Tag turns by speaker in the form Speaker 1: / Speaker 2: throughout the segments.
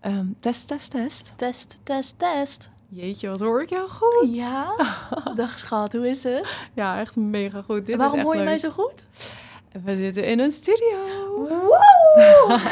Speaker 1: Ehm, test, test, test.
Speaker 2: Test, test, test.
Speaker 1: Jeetje, wat hoor ik jou goed.
Speaker 2: Ja? Dag schat, hoe is het?
Speaker 1: Ja, echt mega goed. Dit
Speaker 2: Waarom
Speaker 1: is echt
Speaker 2: hoor je mij
Speaker 1: leuk.
Speaker 2: zo goed?
Speaker 1: We zitten in een studio.
Speaker 2: Wow!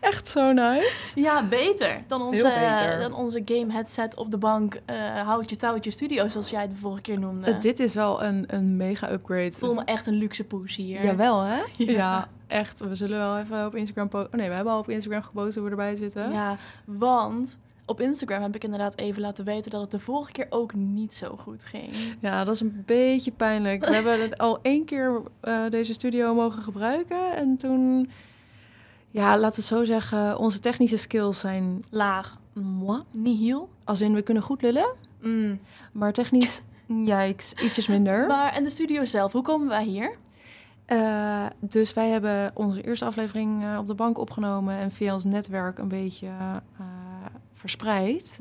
Speaker 1: Echt zo nice.
Speaker 2: ja, beter dan onze,
Speaker 1: beter.
Speaker 2: dan onze game headset op de bank. eh houtje touwtje studio, zoals jij het de vorige keer noemde.
Speaker 1: Eh, dit is wel een, een mega upgrade.
Speaker 2: Ik voel me echt een luxe poes hier.
Speaker 1: Jawel, hè? Ja.
Speaker 2: Ja.
Speaker 1: echt. We zullen wel even op Instagram posten. Oh nee, we hebben al op Instagram gepost hoe we erbij zitten.
Speaker 2: Ja, want op Instagram heb ik inderdaad even laten weten dat het de vorige keer ook niet zo goed ging.
Speaker 1: Ja, dat is een beetje pijnlijk. We hebben het al één keer eh, deze studio mogen gebruiken. En toen, ja, laten we het zo zeggen, onze technische skills zijn
Speaker 2: Laag.
Speaker 1: moi.
Speaker 2: Nihil.
Speaker 1: Als in, we kunnen goed lullen,
Speaker 2: Mm.
Speaker 1: maar technisch, jijks, ietsjes minder.
Speaker 2: Maar en de studio zelf, hoe komen wij hier?
Speaker 1: Eh, dus wij hebben onze eerste aflevering eh, op de bank opgenomen en via ons netwerk een beetje eh, verspreid.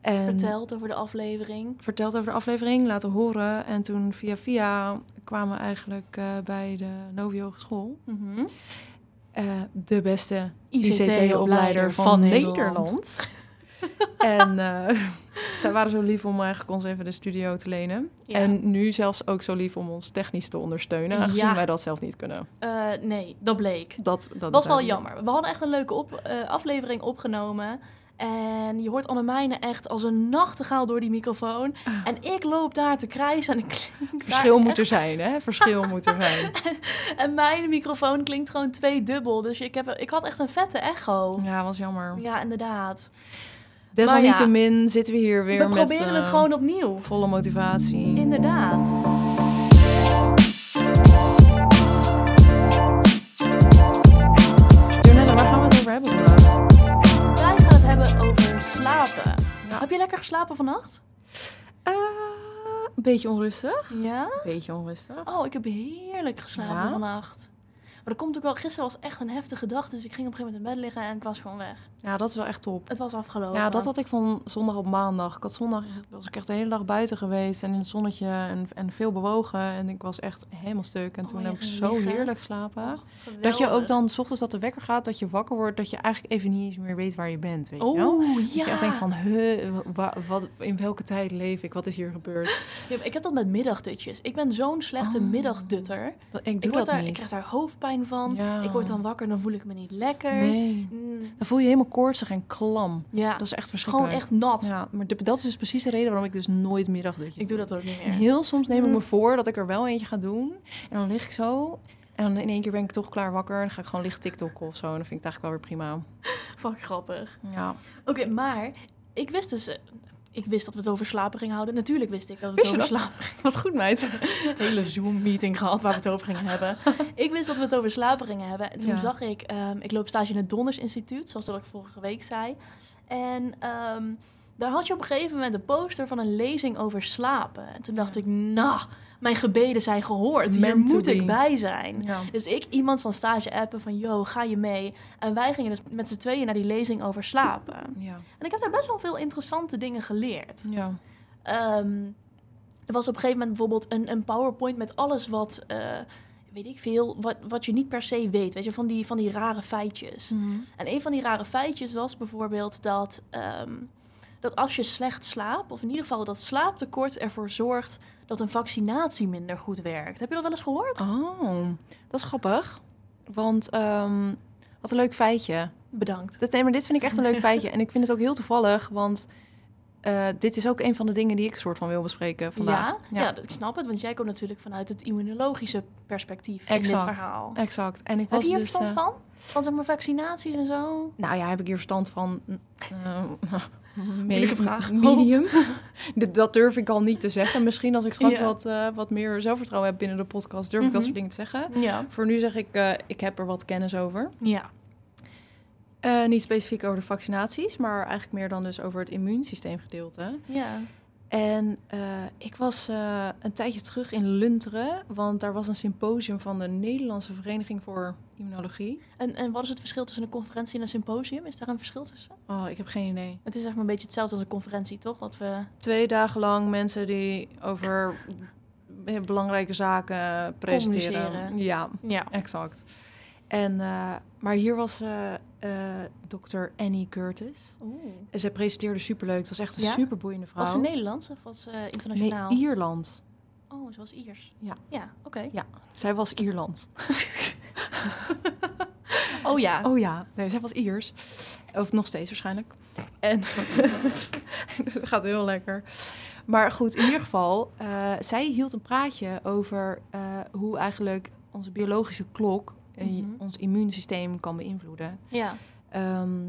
Speaker 1: En
Speaker 2: Mhm. Verteld over de aflevering.
Speaker 1: verteld over de aflevering, laten horen. En toen via via kwamen we eigenlijk eh, bij de Novi Hogeschool.
Speaker 2: Mhm.
Speaker 1: Eh, de beste ICT-opleider van, Nederland. en eh, zij waren zo lief om eigenlijk ons even de studio te lenen.
Speaker 2: Ja.
Speaker 1: En nu zelfs ook zo lief om ons technisch te ondersteunen, aangezien
Speaker 2: Ja.
Speaker 1: wij dat zelf niet kunnen.
Speaker 2: Eh, nee, dat bleek.
Speaker 1: Dat, dat
Speaker 2: was
Speaker 1: is
Speaker 2: wel
Speaker 1: eigenlijk-
Speaker 2: jammer. We hadden echt een leuke op, eh, aflevering opgenomen. En je hoort Annemijne echt als een nachtegaal door die microfoon. En ik loop daar te krijsen en ik klink
Speaker 1: Ah. Verschil
Speaker 2: daar
Speaker 1: moet er zijn, hè? Verschil moet er zijn.
Speaker 2: echt- En mijn microfoon klinkt gewoon tweedubbel. Dus ik, heb, ik had echt een vette echo.
Speaker 1: Ja, was jammer.
Speaker 2: Ja, inderdaad.
Speaker 1: Desalniettemin zitten we hier weer
Speaker 2: We
Speaker 1: met
Speaker 2: proberen het
Speaker 1: eh,
Speaker 2: gewoon opnieuw.
Speaker 1: volle motivatie.
Speaker 2: Inderdaad.
Speaker 1: Jonelle, waar gaan we het over hebben vandaag?
Speaker 2: Wij gaan het hebben over slapen.
Speaker 1: Ja.
Speaker 2: Heb je lekker geslapen vannacht?
Speaker 1: Eh, een beetje onrustig.
Speaker 2: Ja?
Speaker 1: Beetje onrustig.
Speaker 2: Oh, ik heb heerlijk geslapen
Speaker 1: Ja?
Speaker 2: vannacht. Maar dat komt ook wel... Gisteren was echt een heftige dag, dus ik ging op een gegeven moment in bed liggen en ik was gewoon weg.
Speaker 1: Ja, dat is wel echt top.
Speaker 2: Het was afgelopen.
Speaker 1: Ja, dat had ik van zondag op maandag. Ik had zondag echt- was ik echt de hele dag buiten geweest en in het zonnetje en, en veel bewogen. En ik was echt helemaal stuk. En
Speaker 2: Oh,
Speaker 1: toen
Speaker 2: je
Speaker 1: heb ik
Speaker 2: ging
Speaker 1: zo
Speaker 2: liggen.
Speaker 1: heerlijk geslapen.
Speaker 2: Oh, geweldig.
Speaker 1: Dat je ook dan, s ochtends dat de wekker gaat, dat je wakker wordt, dat je eigenlijk even niet eens meer weet waar je bent. Weet je wel?
Speaker 2: Oh, ja.
Speaker 1: Dat je echt denkt van, huh, wa- wat, in welke tijd leef ik? Wat is hier gebeurd?
Speaker 2: Ja, maar Ik heb dat met middagdutjes. Ik ben zo'n slechte
Speaker 1: Oh.
Speaker 2: middagdutter.
Speaker 1: Dat- Ik doe
Speaker 2: Ik,
Speaker 1: dat
Speaker 2: word daar,
Speaker 1: niet.
Speaker 2: ik krijg daar hoofdpijn van.
Speaker 1: Ja.
Speaker 2: Ik word dan wakker en dan voel ik me niet lekker.
Speaker 1: Nee.
Speaker 2: Mm,
Speaker 1: Dan voel je je helemaal koortsig en klam.
Speaker 2: Ja,
Speaker 1: Dat is echt
Speaker 2: gewoon
Speaker 1: verschrikkelijk.
Speaker 2: echt nat.
Speaker 1: Ja, maar de- dat is dus precies de reden waarom ik dus nooit middagdutjes
Speaker 2: Ik doe dat ook niet
Speaker 1: En
Speaker 2: meer.
Speaker 1: heel soms neem ik me
Speaker 2: Mm.
Speaker 1: voor dat ik er wel eentje ga doen. En dan lig ik zo. En dan in één keer ben ik toch klaar wakker. En dan ga ik gewoon liggen TikTokken of zo. En dan vind ik het eigenlijk wel weer prima.
Speaker 2: Fuck grappig.
Speaker 1: Ja.
Speaker 2: Oké, maar ik wist dus... eh, Ik wist dat we het over slapen gingen houden. Natuurlijk wist ik dat we
Speaker 1: Wist
Speaker 2: het
Speaker 1: je
Speaker 2: over
Speaker 1: dat?
Speaker 2: slapen
Speaker 1: Wat goed, meid.
Speaker 2: hele Zoom-meeting gehad waar we het over gingen hebben. ik wist dat we het over slapen gingen hebben. En toen
Speaker 1: Ja.
Speaker 2: zag ik, ehm, ik loop stage in het Donders Instituut, zoals dat ik vorige week zei. En ehm, daar had je op een gegeven moment een poster van een lezing over slapen. En toen dacht ik, nou, mijn gebeden zijn gehoord. Hier
Speaker 1: Meant to
Speaker 2: moet
Speaker 1: be.
Speaker 2: ik bij zijn.
Speaker 1: Ja.
Speaker 2: Dus ik iemand van stage appen van, yo, ga je mee? En wij gingen dus met z'n tweeën naar die lezing over slapen.
Speaker 1: Ja.
Speaker 2: En ik heb daar best wel veel interessante dingen geleerd.
Speaker 1: Ja.
Speaker 2: Ehm, er was op een gegeven moment bijvoorbeeld een, een PowerPoint met alles wat, eh, weet ik veel, wat, wat je niet per se weet. Weet je, van die, van die rare feitjes.
Speaker 1: Hm.
Speaker 2: En een van die rare feitjes was bijvoorbeeld dat, ehm, dat als je slecht slaapt, of in ieder geval dat slaaptekort ervoor zorgt dat een vaccinatie minder goed werkt. Heb je dat wel eens gehoord?
Speaker 1: Oh, dat is grappig. Want ehm, wat een leuk feitje.
Speaker 2: Bedankt.
Speaker 1: Dit, nee, maar dit vind ik echt een leuk feitje. En ik vind het ook heel toevallig, want eh, dit is ook een van de dingen die ik soort van wil bespreken vandaag.
Speaker 2: Ja, ja. dat- ik snap het, want jij komt natuurlijk vanuit het immunologische perspectief in
Speaker 1: Exact.
Speaker 2: dit verhaal.
Speaker 1: Exact. En ik
Speaker 2: Heb
Speaker 1: was
Speaker 2: je hier
Speaker 1: dus...
Speaker 2: verstand
Speaker 1: eh,
Speaker 2: van? Van zeg maar vaccinaties en zo?
Speaker 1: Nou ja, heb ik hier verstand van? eh,
Speaker 2: Moeilijke vraag.
Speaker 1: Medium. Dit- dat durf ik al niet te zeggen. Misschien als ik straks
Speaker 2: Ja.
Speaker 1: wat, eh, wat meer zelfvertrouwen heb binnen de podcast, durf ik dat
Speaker 2: Mhm.
Speaker 1: soort dingen te zeggen.
Speaker 2: Ja.
Speaker 1: Voor nu zeg ik, eh, ik heb er wat kennis over.
Speaker 2: Ja.
Speaker 1: Eh, niet specifiek over de vaccinaties, maar eigenlijk meer dan dus over het immuunsysteemgedeelte.
Speaker 2: Ja.
Speaker 1: En eh, ik was eh, een tijdje terug in Lunteren, want daar was een symposium van de Nederlandse Vereniging voor Immunologie.
Speaker 2: En, en wat is het verschil tussen een conferentie en een symposium? Is daar een verschil tussen?
Speaker 1: Oh, ik heb geen idee.
Speaker 2: Het is zeg maar een beetje hetzelfde als een conferentie, toch? Wat we...
Speaker 1: twee dagen lang mensen die over belangrijke zaken presenteren.
Speaker 2: Communiceren.
Speaker 1: Ja,
Speaker 2: Ja.
Speaker 1: exact. En eh, Maar hier was eh dokter Annie Curtis. En Zij presenteerde superleuk. Het was echt een
Speaker 2: Ja?
Speaker 1: superboeiende vrouw.
Speaker 2: Was ze Nederlands of was ze internationaal?
Speaker 1: Nee, Ierland.
Speaker 2: oh, ze was Iers.
Speaker 1: Ja.
Speaker 2: Ja, oké.
Speaker 1: Zij was Ierland.
Speaker 2: Oh ja.
Speaker 1: Oh ja, nee, zij was Iers. Of nog steeds waarschijnlijk. En dat gaat heel lekker. Maar goed, in ieder geval, eh, zij hield een praatje over eh, hoe eigenlijk onze biologische klok eh,
Speaker 2: Mhm.
Speaker 1: ons immuunsysteem kan beïnvloeden.
Speaker 2: Ja.
Speaker 1: Ehm,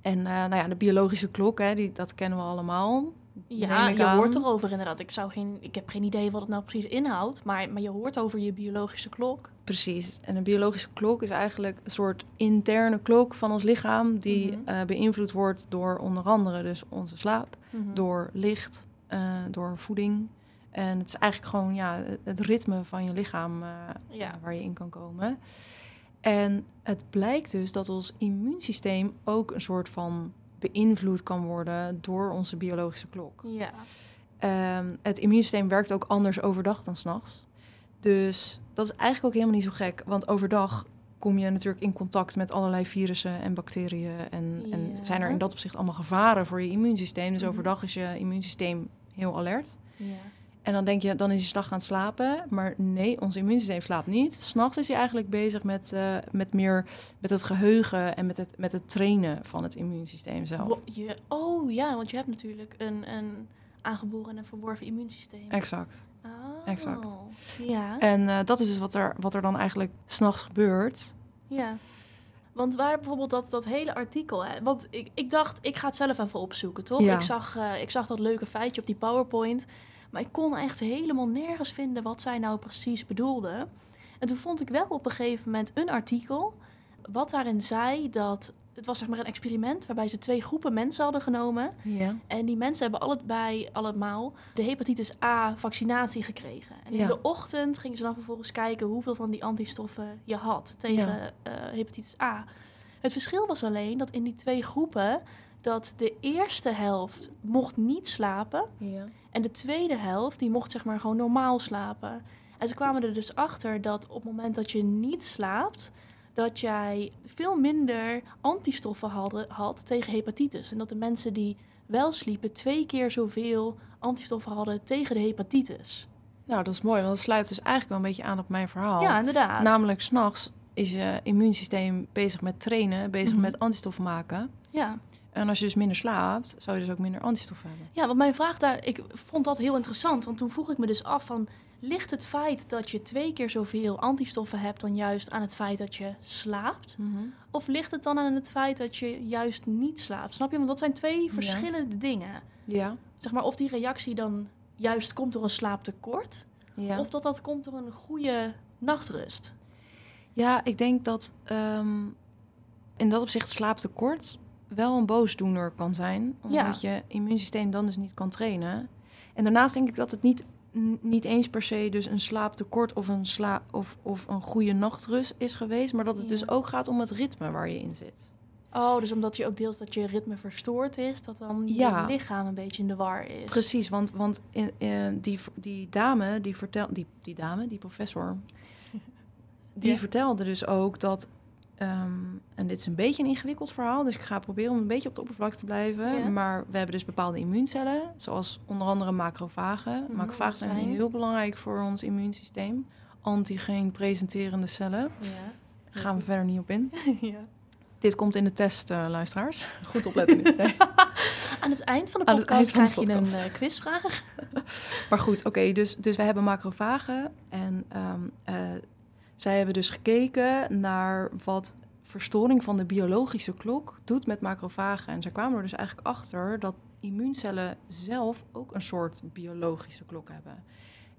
Speaker 1: en eh, nou ja, de biologische klok, hè, die, dat kennen we allemaal.
Speaker 2: Ja,
Speaker 1: Neem ik
Speaker 2: je
Speaker 1: aan.
Speaker 2: hoort erover inderdaad. Ik, zou geen, ik heb geen idee wat het nou precies inhoudt, maar, maar je hoort over je biologische klok.
Speaker 1: Precies. En een biologische klok is eigenlijk een soort interne klok van ons lichaam die
Speaker 2: Mhm.
Speaker 1: eh, beïnvloed wordt door onder andere dus onze slaap. door licht, eh, door voeding. En het is eigenlijk gewoon ja, het ritme van je lichaam eh,
Speaker 2: Ja.
Speaker 1: waar je in kan komen. En het blijkt dus dat ons immuunsysteem ook een soort van beïnvloed kan worden door onze biologische klok.
Speaker 2: Ja.
Speaker 1: Ehm, het immuunsysteem werkt ook anders overdag dan s'nachts. Dus dat is eigenlijk ook helemaal niet zo gek, want overdag kom je natuurlijk in contact met allerlei virussen en bacteriën. En, en
Speaker 2: Ja.
Speaker 1: zijn er in dat opzicht allemaal gevaren voor je immuunsysteem. Dus
Speaker 2: Mhm.
Speaker 1: overdag is je immuunsysteem heel alert.
Speaker 2: ja.
Speaker 1: En dan denk je, dan is je slag gaan slapen. Maar nee, ons immuunsysteem slaapt niet. S'nachts is je eigenlijk bezig met, eh, met meer met het geheugen en met het, met het trainen van het immuunsysteem zelf.
Speaker 2: Wo- Je, oh ja, want je hebt natuurlijk een, een aangeboren en verworven immuunsysteem.
Speaker 1: Exact.
Speaker 2: Oh.
Speaker 1: exact.
Speaker 2: Ja.
Speaker 1: En eh, dat is dus wat er, wat er dan eigenlijk s'nachts gebeurt.
Speaker 2: ja. Want waar bijvoorbeeld dat, dat hele artikel... Hè, want ik, ik dacht, ik ga het zelf even opzoeken, toch?
Speaker 1: Ja.
Speaker 2: Ik, zag, eh, ik zag dat leuke feitje op die PowerPoint. Maar ik kon echt helemaal nergens vinden wat zij nou precies bedoelde. En toen vond ik wel op een gegeven moment een artikel... wat daarin zei dat... Het was zeg maar een experiment waarbij ze twee groepen mensen hadden genomen...
Speaker 1: Ja.
Speaker 2: En die mensen hebben allebei, allemaal, de hepatitis A-vaccinatie gekregen. En
Speaker 1: Ja.
Speaker 2: in de ochtend gingen ze dan vervolgens kijken hoeveel van die antistoffen je had tegen eh, hepatitis A. Het verschil was alleen dat in die twee groepen, dat de eerste helft mocht niet slapen.
Speaker 1: ja.
Speaker 2: En de tweede helft, die mocht zeg maar gewoon normaal slapen. En ze kwamen er dus achter dat op het moment dat je niet slaapt, dat jij veel minder antistoffen hadden, had tegen hepatitis. En dat de mensen die wel sliepen twee keer zoveel antistoffen hadden tegen de hepatitis.
Speaker 1: Nou, dat is mooi, want dat sluit dus eigenlijk wel een beetje aan op mijn verhaal.
Speaker 2: Ja, inderdaad.
Speaker 1: Namelijk, s'nachts is je immuunsysteem bezig met trainen, bezig
Speaker 2: Mhm.
Speaker 1: met antistoffen maken.
Speaker 2: ja.
Speaker 1: En als je dus minder slaapt, zou je dus ook minder antistoffen hebben.
Speaker 2: ja, want mijn vraag daar, ik vond dat heel interessant. Want toen vroeg ik me dus af van, ligt het feit dat je twee keer zoveel antistoffen hebt dan juist aan het feit dat je slaapt? Of ligt het dan aan het feit dat je juist niet slaapt? Snap je? Want dat zijn twee verschillende dingen.
Speaker 1: Ja.
Speaker 2: Zeg maar of die reactie dan juist komt door een slaaptekort,
Speaker 1: Ja.
Speaker 2: of dat dat komt door een goede nachtrust.
Speaker 1: ja, ik denk dat ehm, in dat opzicht slaaptekort wel een boosdoener kan zijn. Omdat je immuunsysteem dan dus niet kan trainen. En daarnaast denk ik dat het niet, n- niet eens per se dus een slaaptekort of een, sla of, of een goede nachtrust is geweest. Maar dat het
Speaker 2: Ja.
Speaker 1: dus ook gaat om het ritme waar je in zit.
Speaker 2: Oh, dus omdat je ook deels dat je ritme verstoord is, dat dan
Speaker 1: Ja.
Speaker 2: je lichaam een beetje in de war is.
Speaker 1: Precies, want, want in, in- die, die dame, die vertelt, die, die dame, die professor, die
Speaker 2: Ja.
Speaker 1: vertelde dus ook dat, ehm, en dit is een beetje een ingewikkeld verhaal, dus ik ga proberen om een beetje op de oppervlakte te blijven,
Speaker 2: Ja.
Speaker 1: maar we hebben dus bepaalde immuuncellen, zoals onder andere macrofagen.
Speaker 2: Mhm,
Speaker 1: macrofagen
Speaker 2: wat
Speaker 1: zijn
Speaker 2: zijn?
Speaker 1: heel belangrijk voor ons immuunsysteem, antigeen presenterende cellen.
Speaker 2: Ja.
Speaker 1: Daar gaan we verder niet op in.
Speaker 2: ja.
Speaker 1: Dit komt in de test, eh, luisteraars. Goed opletten. nu. Nee.
Speaker 2: Aan het eind van de
Speaker 1: Aan het eind
Speaker 2: podcast
Speaker 1: van de
Speaker 2: krijg je een
Speaker 1: podcast.
Speaker 2: eh, quizvraag.
Speaker 1: Maar goed, oké, dus, dus we hebben macrofagen. En ehm, eh, zij hebben dus gekeken naar wat verstoring van de biologische klok doet met macrofagen. En zij kwamen er dus eigenlijk achter dat immuuncellen zelf ook een soort biologische klok hebben.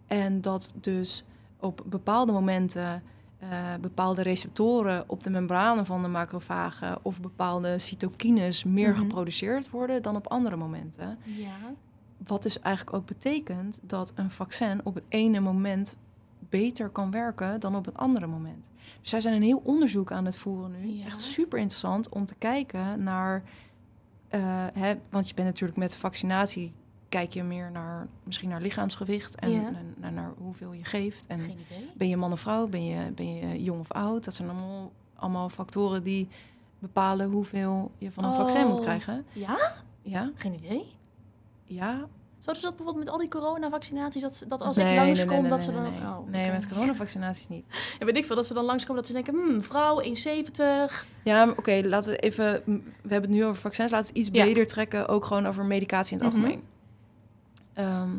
Speaker 1: En dat dus op bepaalde momenten eh, bepaalde receptoren op de membranen van de macrofagen of bepaalde cytokines meer
Speaker 2: Mhm.
Speaker 1: geproduceerd worden dan op andere momenten.
Speaker 2: Ja.
Speaker 1: Wat dus eigenlijk ook betekent dat een vaccin op het ene moment beter kan werken dan op het andere moment. Dus zij zijn een heel onderzoek aan het voeren nu.
Speaker 2: Ja.
Speaker 1: Echt super interessant om te kijken naar. eh, hè, want je bent natuurlijk met vaccinatie. Kijk je meer naar misschien naar lichaamsgewicht en
Speaker 2: Ja.
Speaker 1: en naar, naar hoeveel je geeft. En
Speaker 2: Geen idee.
Speaker 1: ben je man of vrouw? Ben je, ben je jong of oud? Dat zijn allemaal allemaal factoren die bepalen hoeveel je van een vaccin moet
Speaker 2: Oh.
Speaker 1: krijgen.
Speaker 2: Ja?
Speaker 1: Ja,
Speaker 2: Geen idee.
Speaker 1: ja.
Speaker 2: Zouden ze dat bijvoorbeeld met al die coronavaccinaties, dat, ze- dat als ik langskom, dat ze dan...
Speaker 1: nee, nee.
Speaker 2: Oh, oké.
Speaker 1: Nee, met coronavaccinaties niet.
Speaker 2: Ja, weet ik veel, dat ze dan langskomen dat ze denken, hmm, vrouw, 1,70.
Speaker 1: Ja, maar oké, laten we even. m, We hebben het nu over vaccins. Laten we iets
Speaker 2: Ja.
Speaker 1: breder trekken, ook gewoon over medicatie in het
Speaker 2: Mhm.
Speaker 1: algemeen. Ehm,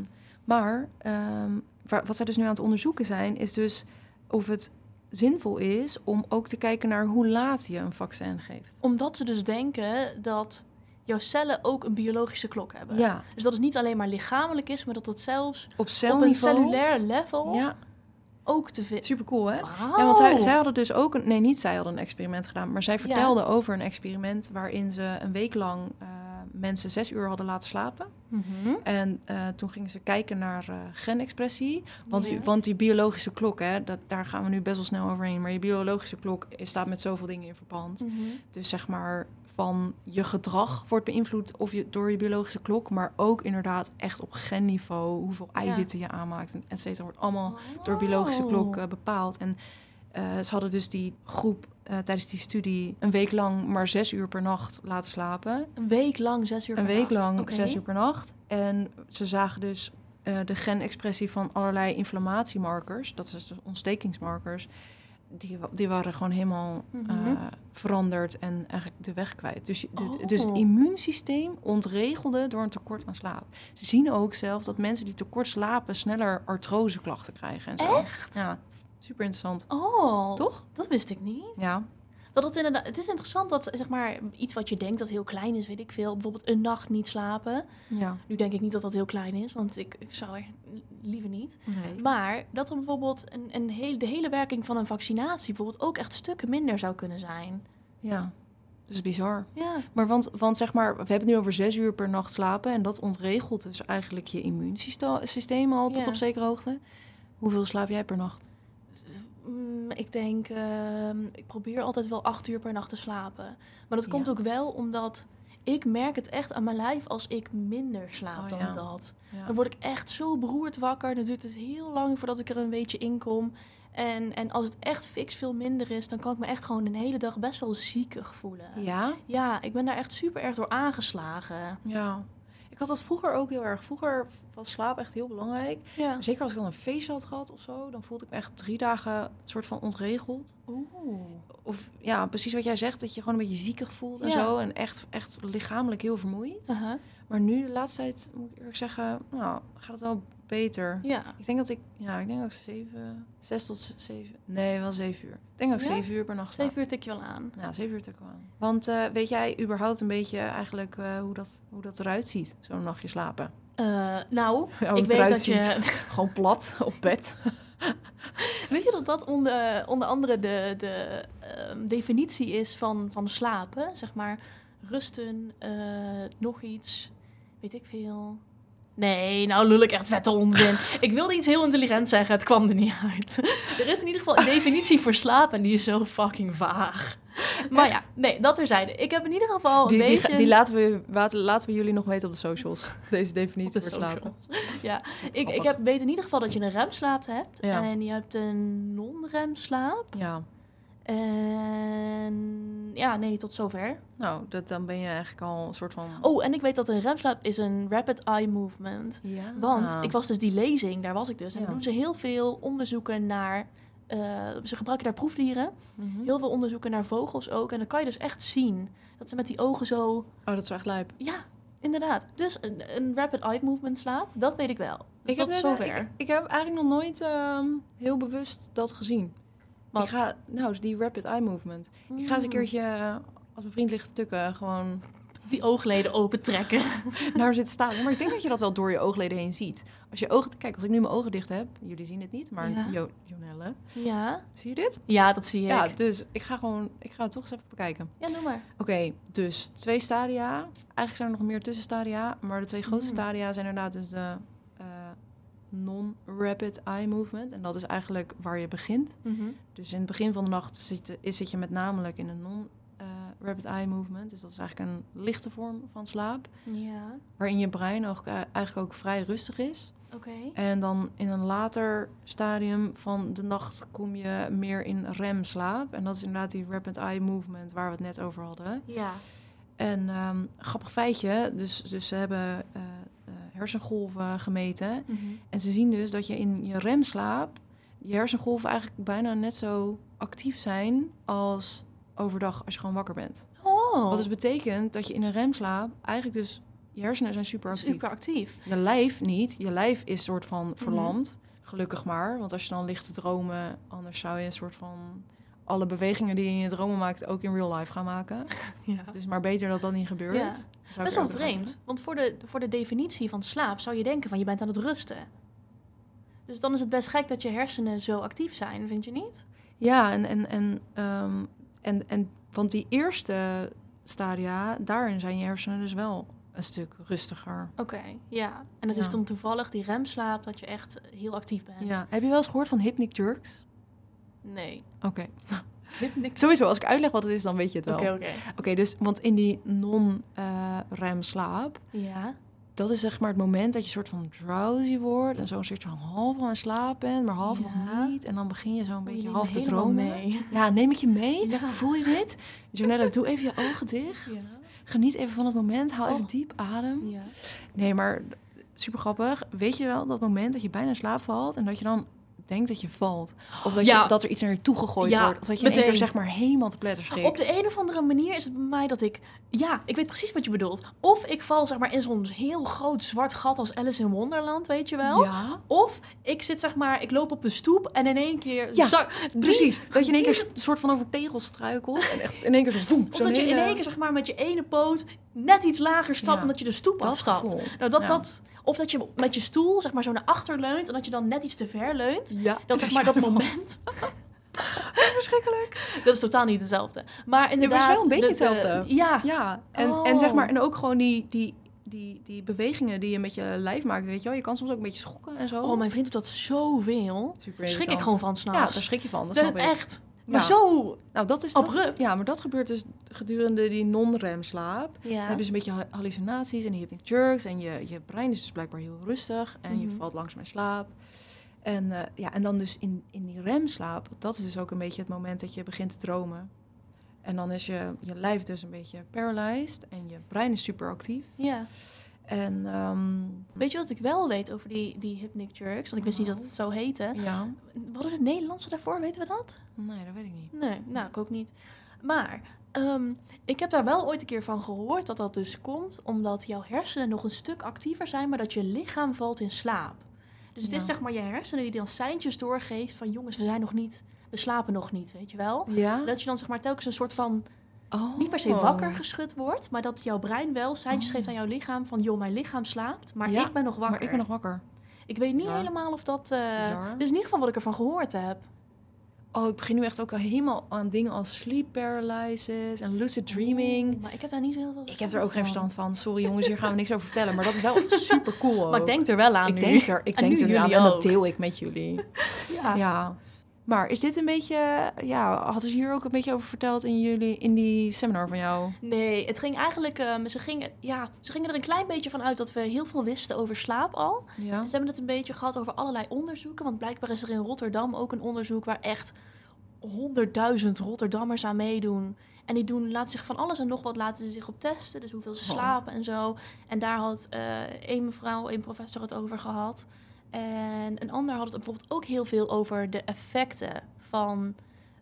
Speaker 1: maar ehm, wa- wat zij dus nu aan het onderzoeken zijn, is dus of het zinvol is om ook te kijken naar hoe laat je een vaccin geeft.
Speaker 2: Omdat ze dus denken dat jouw cellen ook een biologische klok hebben.
Speaker 1: Ja,
Speaker 2: Dus dat het niet alleen maar lichamelijk is, maar dat het zelfs
Speaker 1: op
Speaker 2: op een
Speaker 1: celniveau.
Speaker 2: cellulair level
Speaker 1: Ja,
Speaker 2: ook te vinden.
Speaker 1: super cool, hè? Ja, want
Speaker 2: Oh.
Speaker 1: zij, zij hadden dus ook een. Nee, niet zij hadden een experiment gedaan. Maar zij vertelde over een experiment waarin ze een week lang eh, mensen zes uur hadden laten slapen.
Speaker 2: Mhm.
Speaker 1: En eh, toen gingen ze kijken naar eh, genexpressie. Want, die- want die biologische klok, hè, dat, daar gaan we nu best wel snel overheen. Maar je biologische klok is- staat met zoveel dingen in verband.
Speaker 2: Mhm.
Speaker 1: Dus zeg maar van je gedrag wordt beïnvloed of je, door je biologische klok. Maar ook inderdaad echt op genniveau. Hoeveel eiwitten je aanmaakt, en et cetera. Wordt allemaal door biologische
Speaker 2: Oh.
Speaker 1: klok eh, bepaald. En eh, ze hadden dus die groep eh, tijdens die studie een week lang maar zes uur per nacht laten slapen.
Speaker 2: Een week lang zes uur
Speaker 1: Een
Speaker 2: per
Speaker 1: week
Speaker 2: nacht.
Speaker 1: lang,
Speaker 2: Oké.
Speaker 1: zes uur per nacht. En ze zagen dus eh, de genexpressie van allerlei inflammatiemarkers. Dat is dus ontstekingsmarkers. Die, wa- die waren gewoon helemaal eh,
Speaker 2: Mhm.
Speaker 1: veranderd en eigenlijk de weg kwijt. Dus, je- dit-
Speaker 2: Oh.
Speaker 1: dus het immuunsysteem ontregelde door een tekort aan slaap. Ze zien ook zelf dat mensen die tekort slapen sneller artroseklachten krijgen. En zo.
Speaker 2: Echt?
Speaker 1: Ja, super interessant.
Speaker 2: Oh,
Speaker 1: Toch?
Speaker 2: dat wist ik niet.
Speaker 1: Ja.
Speaker 2: Dat het, inderdaad, het is interessant dat zeg maar, iets wat je denkt dat heel klein is, weet ik veel. Bijvoorbeeld een nacht niet slapen.
Speaker 1: Ja.
Speaker 2: Nu denk ik niet dat dat heel klein is, want ik, ik zou echt liever niet. Maar dat er bijvoorbeeld een, een heel, de hele werking van een vaccinatie bijvoorbeeld ook echt stukken minder zou kunnen zijn.
Speaker 1: Ja. Dat is bizar.
Speaker 2: Ja.
Speaker 1: Maar want, want zeg maar, we hebben het nu over zes uur per nacht slapen. En dat ontregelt dus eigenlijk je immuunsysteem al tot
Speaker 2: Ja.
Speaker 1: op zekere hoogte. Hoeveel slaap jij per nacht?
Speaker 2: Mm, Ik denk, ehm, ik probeer altijd wel acht uur per nacht te slapen. Maar dat komt
Speaker 1: Ja.
Speaker 2: ook wel omdat ik merk het echt aan mijn lijf als ik minder slaap
Speaker 1: Oh,
Speaker 2: dan
Speaker 1: ja.
Speaker 2: dat.
Speaker 1: Ja.
Speaker 2: Dan word ik echt zo beroerd wakker. Dan duurt het heel lang voordat ik er een beetje in kom. En, en als het echt fix veel minder is, dan kan ik me echt gewoon een hele dag best wel ziekig voelen.
Speaker 1: ja?
Speaker 2: Ja, ik ben daar echt super erg door aangeslagen.
Speaker 1: Ja. Ik had dat vroeger ook heel erg. Vroeger was slaap echt heel belangrijk.
Speaker 2: Ja.
Speaker 1: Zeker als ik dan een feestje had gehad of zo, dan voelde ik me echt drie dagen soort van ontregeld.
Speaker 2: Oeh.
Speaker 1: Of ja, precies wat jij zegt, dat je gewoon een beetje ziekig voelt en
Speaker 2: Ja.
Speaker 1: zo. En echt, echt lichamelijk heel vermoeid.
Speaker 2: Aha.
Speaker 1: Maar nu, de laatste tijd, moet ik eerlijk zeggen, nou, gaat het wel beter.
Speaker 2: Ja.
Speaker 1: Ik denk dat ik, ja, ik denk dat ik zeven, zes tot z- zeven, nee, wel zeven uur. Ik denk dat ik
Speaker 2: Ja?
Speaker 1: zeven uur per nacht slaap.
Speaker 2: Zeven uur tik je wel aan.
Speaker 1: Ja, zeven uur te aan. Want eh, weet jij überhaupt een beetje eigenlijk eh, hoe, dat, hoe dat eruit ziet, zo'n nachtje slapen?
Speaker 2: Eh, nou,
Speaker 1: Ja, hoe
Speaker 2: ik
Speaker 1: Oh, het
Speaker 2: weet
Speaker 1: eruit
Speaker 2: dat je...
Speaker 1: ziet. Gewoon plat op bed.
Speaker 2: Weet je dat dat onder, onder andere de, de ehm, definitie is van, van slapen? Zeg maar rusten, eh, nog iets, weet ik veel. Nee, nou lul ik echt vette onzin. ik wilde iets heel intelligent zeggen, het kwam er niet uit. er is in ieder geval een definitie voor slapen en die is zo fucking vaag. Maar
Speaker 1: Echt?
Speaker 2: ja, nee, dat terzijde. Ik heb in ieder geval Oh, een
Speaker 1: Die, die,
Speaker 2: beetje...
Speaker 1: ga- die laten, we, laten, laten we jullie nog weten op de socials. Deze definitie
Speaker 2: Op de
Speaker 1: voor slapen.
Speaker 2: Ja, ik, ik
Speaker 1: Grappig.
Speaker 2: heb, weet in ieder geval dat je een remslaap hebt.
Speaker 1: Ja.
Speaker 2: En je hebt een non-remslaap.
Speaker 1: Ja,
Speaker 2: En ja, nee, tot zover.
Speaker 1: nou, dat, dan ben je eigenlijk al een soort van...
Speaker 2: Oh, en ik weet dat een remslaap is een rapid eye movement.
Speaker 1: ja.
Speaker 2: Want ik was dus die lezing, daar was ik dus.
Speaker 1: Ah.
Speaker 2: En
Speaker 1: Ja.
Speaker 2: dan doen ze heel veel onderzoeken naar... eh, ze gebruiken daar proefdieren.
Speaker 1: Mhm.
Speaker 2: Heel veel onderzoeken naar vogels ook. En dan kan je dus echt zien dat ze met die ogen zo...
Speaker 1: Oh, dat is echt lijp.
Speaker 2: Ja, inderdaad. Dus een, een rapid eye movement slaap, dat weet ik wel.
Speaker 1: Ik heb,
Speaker 2: tot
Speaker 1: eh, net-
Speaker 2: zover.
Speaker 1: Ik, ik heb eigenlijk nog nooit ehm, heel bewust dat gezien.
Speaker 2: Wat?
Speaker 1: Ik ga, nou, die rapid eye movement. Ik ga eens een
Speaker 2: Mm.
Speaker 1: keertje, eh, als mijn vriend ligt te tukken, gewoon
Speaker 2: Die oogleden open trekken.
Speaker 1: naar hem zitten staan. Maar ik denk dat je dat wel door je oogleden heen ziet. Als je ogen, kijk, als ik nu mijn ogen dicht heb, jullie zien het niet, maar
Speaker 2: Ja.
Speaker 1: Jo- Jonelle,
Speaker 2: Ja.
Speaker 1: zie je dit?
Speaker 2: Ja, dat zie je.
Speaker 1: Ja,
Speaker 2: Ja,
Speaker 1: dus ik ga gewoon, ik ga het toch eens even bekijken.
Speaker 2: noem maar.
Speaker 1: Oké, dus twee stadia. Eigenlijk zijn er nog meer tussenstadia, maar de twee grootste
Speaker 2: Mm.
Speaker 1: stadia zijn inderdaad dus de eh, non-rapid eye movement. En dat is eigenlijk waar je begint.
Speaker 2: Mhm.
Speaker 1: Dus in het begin van de nacht zit, is, zit je met namelijk in een non-rapid eye movement. Dus dat is eigenlijk een lichte vorm van slaap.
Speaker 2: Ja.
Speaker 1: Waarin je brein ook, eh, eigenlijk ook vrij rustig is.
Speaker 2: Oké.
Speaker 1: En dan in een later stadium van de nacht kom je meer in REM-slaap. En dat is inderdaad die rapid eye movement waar we het net over hadden.
Speaker 2: Ja.
Speaker 1: En ehm, grappig feitje, dus, dus ze hebben eh, eh, hersengolven gemeten.
Speaker 2: Mhm.
Speaker 1: En ze zien dus dat je in je remslaap je hersengolven eigenlijk bijna net zo actief zijn als overdag als je gewoon wakker bent.
Speaker 2: Oh.
Speaker 1: Wat dus betekent dat je in een remslaap eigenlijk dus je hersenen zijn super actief.
Speaker 2: super actief. Mhm.
Speaker 1: Je lijf niet. Je lijf is soort van verlamd. Gelukkig maar. Want als je dan ligt te dromen, anders zou je een soort van alle bewegingen die je in je dromen maakt ook in real life gaan maken.
Speaker 2: Ja.
Speaker 1: Dus maar beter dat dat niet gebeurt.
Speaker 2: Ja.
Speaker 1: Zou ik
Speaker 2: Best wel
Speaker 1: eerlijk zeggen.
Speaker 2: vreemd, want voor de, voor de definitie van slaap zou je denken van je bent aan het rusten. Dus dan is het best gek dat je hersenen zo actief zijn, vind je niet?
Speaker 1: Ja, en, en, en, ehm, en, en want die eerste stadia, daarin zijn je hersenen dus wel een stuk rustiger.
Speaker 2: Oké, ja. En dat
Speaker 1: Ja.
Speaker 2: is dan toevallig die remslaap dat je echt heel actief bent.
Speaker 1: Ja. Heb je wel eens gehoord van hypnic jerks?
Speaker 2: Nee.
Speaker 1: Oké. Sowieso, als ik uitleg wat het is, dan weet je het wel.
Speaker 2: Oké,
Speaker 1: Oké,
Speaker 2: oké.
Speaker 1: dus want in die non-rem slaap,
Speaker 2: Ja.
Speaker 1: dat is zeg maar het moment dat je soort van drowsy wordt en zo'n soort van half aan slaap bent, maar half
Speaker 2: Ja.
Speaker 1: nog niet. En dan begin je zo'n
Speaker 2: Je
Speaker 1: beetje
Speaker 2: neemt
Speaker 1: half
Speaker 2: me
Speaker 1: te
Speaker 2: helemaal
Speaker 1: dromen.
Speaker 2: mee.
Speaker 1: Ja, neem ik je mee?
Speaker 2: Ja.
Speaker 1: Voel je dit? Jonella, doe even je ogen dicht.
Speaker 2: Ja.
Speaker 1: Geniet even van het moment. Haal even
Speaker 2: Och.
Speaker 1: diep adem.
Speaker 2: Ja.
Speaker 1: Nee, maar super grappig. Weet je wel dat moment dat je bijna in slaap valt en dat je dan denkt dat je valt? Of dat,
Speaker 2: Ja.
Speaker 1: je, dat er iets naar je toe gegooid
Speaker 2: Ja,
Speaker 1: wordt? Of dat je in één keer
Speaker 2: meteen.
Speaker 1: zeg maar helemaal te pletter schrikt?
Speaker 2: Op de een of andere manier is het bij mij dat ik... Ja, ik weet precies wat je bedoelt. Of ik val zeg maar in zo'n heel groot zwart gat als Alice in Wonderland, weet je wel.
Speaker 1: Ja,
Speaker 2: Of ik zit zeg maar, ik loop op de stoep en in één keer...
Speaker 1: Ja,
Speaker 2: zak-
Speaker 1: precies. Dat je in één keer een soort van over tegels struikelt en echt in één keer zo voem.
Speaker 2: Of dat je in één keer zeg maar, met je ene poot net iets lager stapt
Speaker 1: Ja.
Speaker 2: dan dat je de stoep afstapt. Nou, dat,
Speaker 1: Ja.
Speaker 2: dat, of dat je met je stoel zeg maar, zo naar achter leunt en dat je dan net iets te ver leunt.
Speaker 1: Ja,
Speaker 2: Dat zeg maar dat moment. Verschrikkelijk. Dat is totaal niet hetzelfde. Maar inderdaad...
Speaker 1: wel een beetje
Speaker 2: de- de-
Speaker 1: hetzelfde.
Speaker 2: ja.
Speaker 1: Ja, en,
Speaker 2: Oh.
Speaker 1: en zeg maar, en ook gewoon die, die, die, die bewegingen die je met je lijf maakt, weet je wel. Je kan soms ook een beetje schokken en zo.
Speaker 2: Oh, mijn vriend doet dat zoveel.
Speaker 1: Super
Speaker 2: Schrik ik
Speaker 1: irritant.
Speaker 2: gewoon van
Speaker 1: Ja,
Speaker 2: s'nachts.
Speaker 1: daar schrik je van. Dat
Speaker 2: Ben-
Speaker 1: snap ik.
Speaker 2: Echt.
Speaker 1: Ja.
Speaker 2: Maar zo...
Speaker 1: Nou, dat is dat-
Speaker 2: Abrupt.
Speaker 1: ja, maar dat gebeurt dus gedurende die non-rem slaap.
Speaker 2: Ja.
Speaker 1: Dan heb je dus een beetje ha- hallucinaties en die hypnic jerks. En je, je brein is dus blijkbaar heel rustig. En je
Speaker 2: Mhm.
Speaker 1: valt langzaam in slaap. En, eh, ja, en dan dus in, in die remslaap, dat is dus ook een beetje het moment dat je begint te dromen. En dan is je, je lijf dus een beetje paralyzed. En je brein is super actief.
Speaker 2: ja.
Speaker 1: En ehm,
Speaker 2: Weet je wat ik wel weet over die, die hypnic jerks? Want ik wist niet dat het zo heette.
Speaker 1: ja,
Speaker 2: Wat is het Nederlandse daarvoor? Weten we dat?
Speaker 1: nee, dat weet ik niet.
Speaker 2: Nee, nou, ik ook niet. Maar ehm, ik heb daar wel ooit een keer van gehoord dat dat dus komt omdat jouw hersenen nog een stuk actiever zijn, maar dat je lichaam valt in slaap. Dus het is
Speaker 1: Ja.
Speaker 2: zeg maar je hersenen die dan seintjes doorgeeft van jongens, we zijn nog niet, we slapen nog niet, weet je wel?
Speaker 1: Ja?
Speaker 2: Dat je dan zeg maar telkens een soort van,
Speaker 1: Oh.
Speaker 2: niet per se wakker geschud wordt, maar dat jouw brein wel seintjes
Speaker 1: Oh.
Speaker 2: geeft aan jouw lichaam van joh, mijn lichaam slaapt, maar
Speaker 1: Ja,
Speaker 2: ik ben nog wakker.
Speaker 1: Maar ik ben nog wakker.
Speaker 2: Ik weet niet
Speaker 1: Bizar.
Speaker 2: helemaal of dat... eh
Speaker 1: Bizar.
Speaker 2: dus in ieder geval wat ik ervan gehoord heb.
Speaker 1: Oh, ik begin nu echt ook al helemaal aan dingen als sleep paralysis en lucid dreaming.
Speaker 2: Maar ik heb daar niet zo heel veel
Speaker 1: Ik heb er ook geen verstand van. Sorry jongens, hier gaan we niks over vertellen. Maar dat is wel super cool.
Speaker 2: Maar ik denk er wel aan nu.
Speaker 1: ik denk er, ik
Speaker 2: En
Speaker 1: denk
Speaker 2: nu
Speaker 1: er nu aan
Speaker 2: jullie
Speaker 1: en
Speaker 2: ook.
Speaker 1: dat deel ik met jullie.
Speaker 2: Ja.
Speaker 1: Ja. Maar is dit een beetje, ja, hadden ze hier ook een beetje over verteld in jullie, in die seminar van jou?
Speaker 2: Nee, het ging eigenlijk... ehm, ze, gingen, ja, ze gingen er een klein beetje van uit dat we heel veel wisten over slaap al.
Speaker 1: Ja.
Speaker 2: En ze hebben het een beetje gehad over allerlei onderzoeken. Want blijkbaar is er in Rotterdam ook een onderzoek waar echt honderdduizend Rotterdammers aan meedoen. En die doen, laten zich van alles en nog wat laten ze zich op testen. Dus hoeveel ze
Speaker 1: Oh.
Speaker 2: slapen en zo. En daar had eh één mevrouw, één professor het over gehad. En een ander had het bijvoorbeeld ook heel veel over de effecten van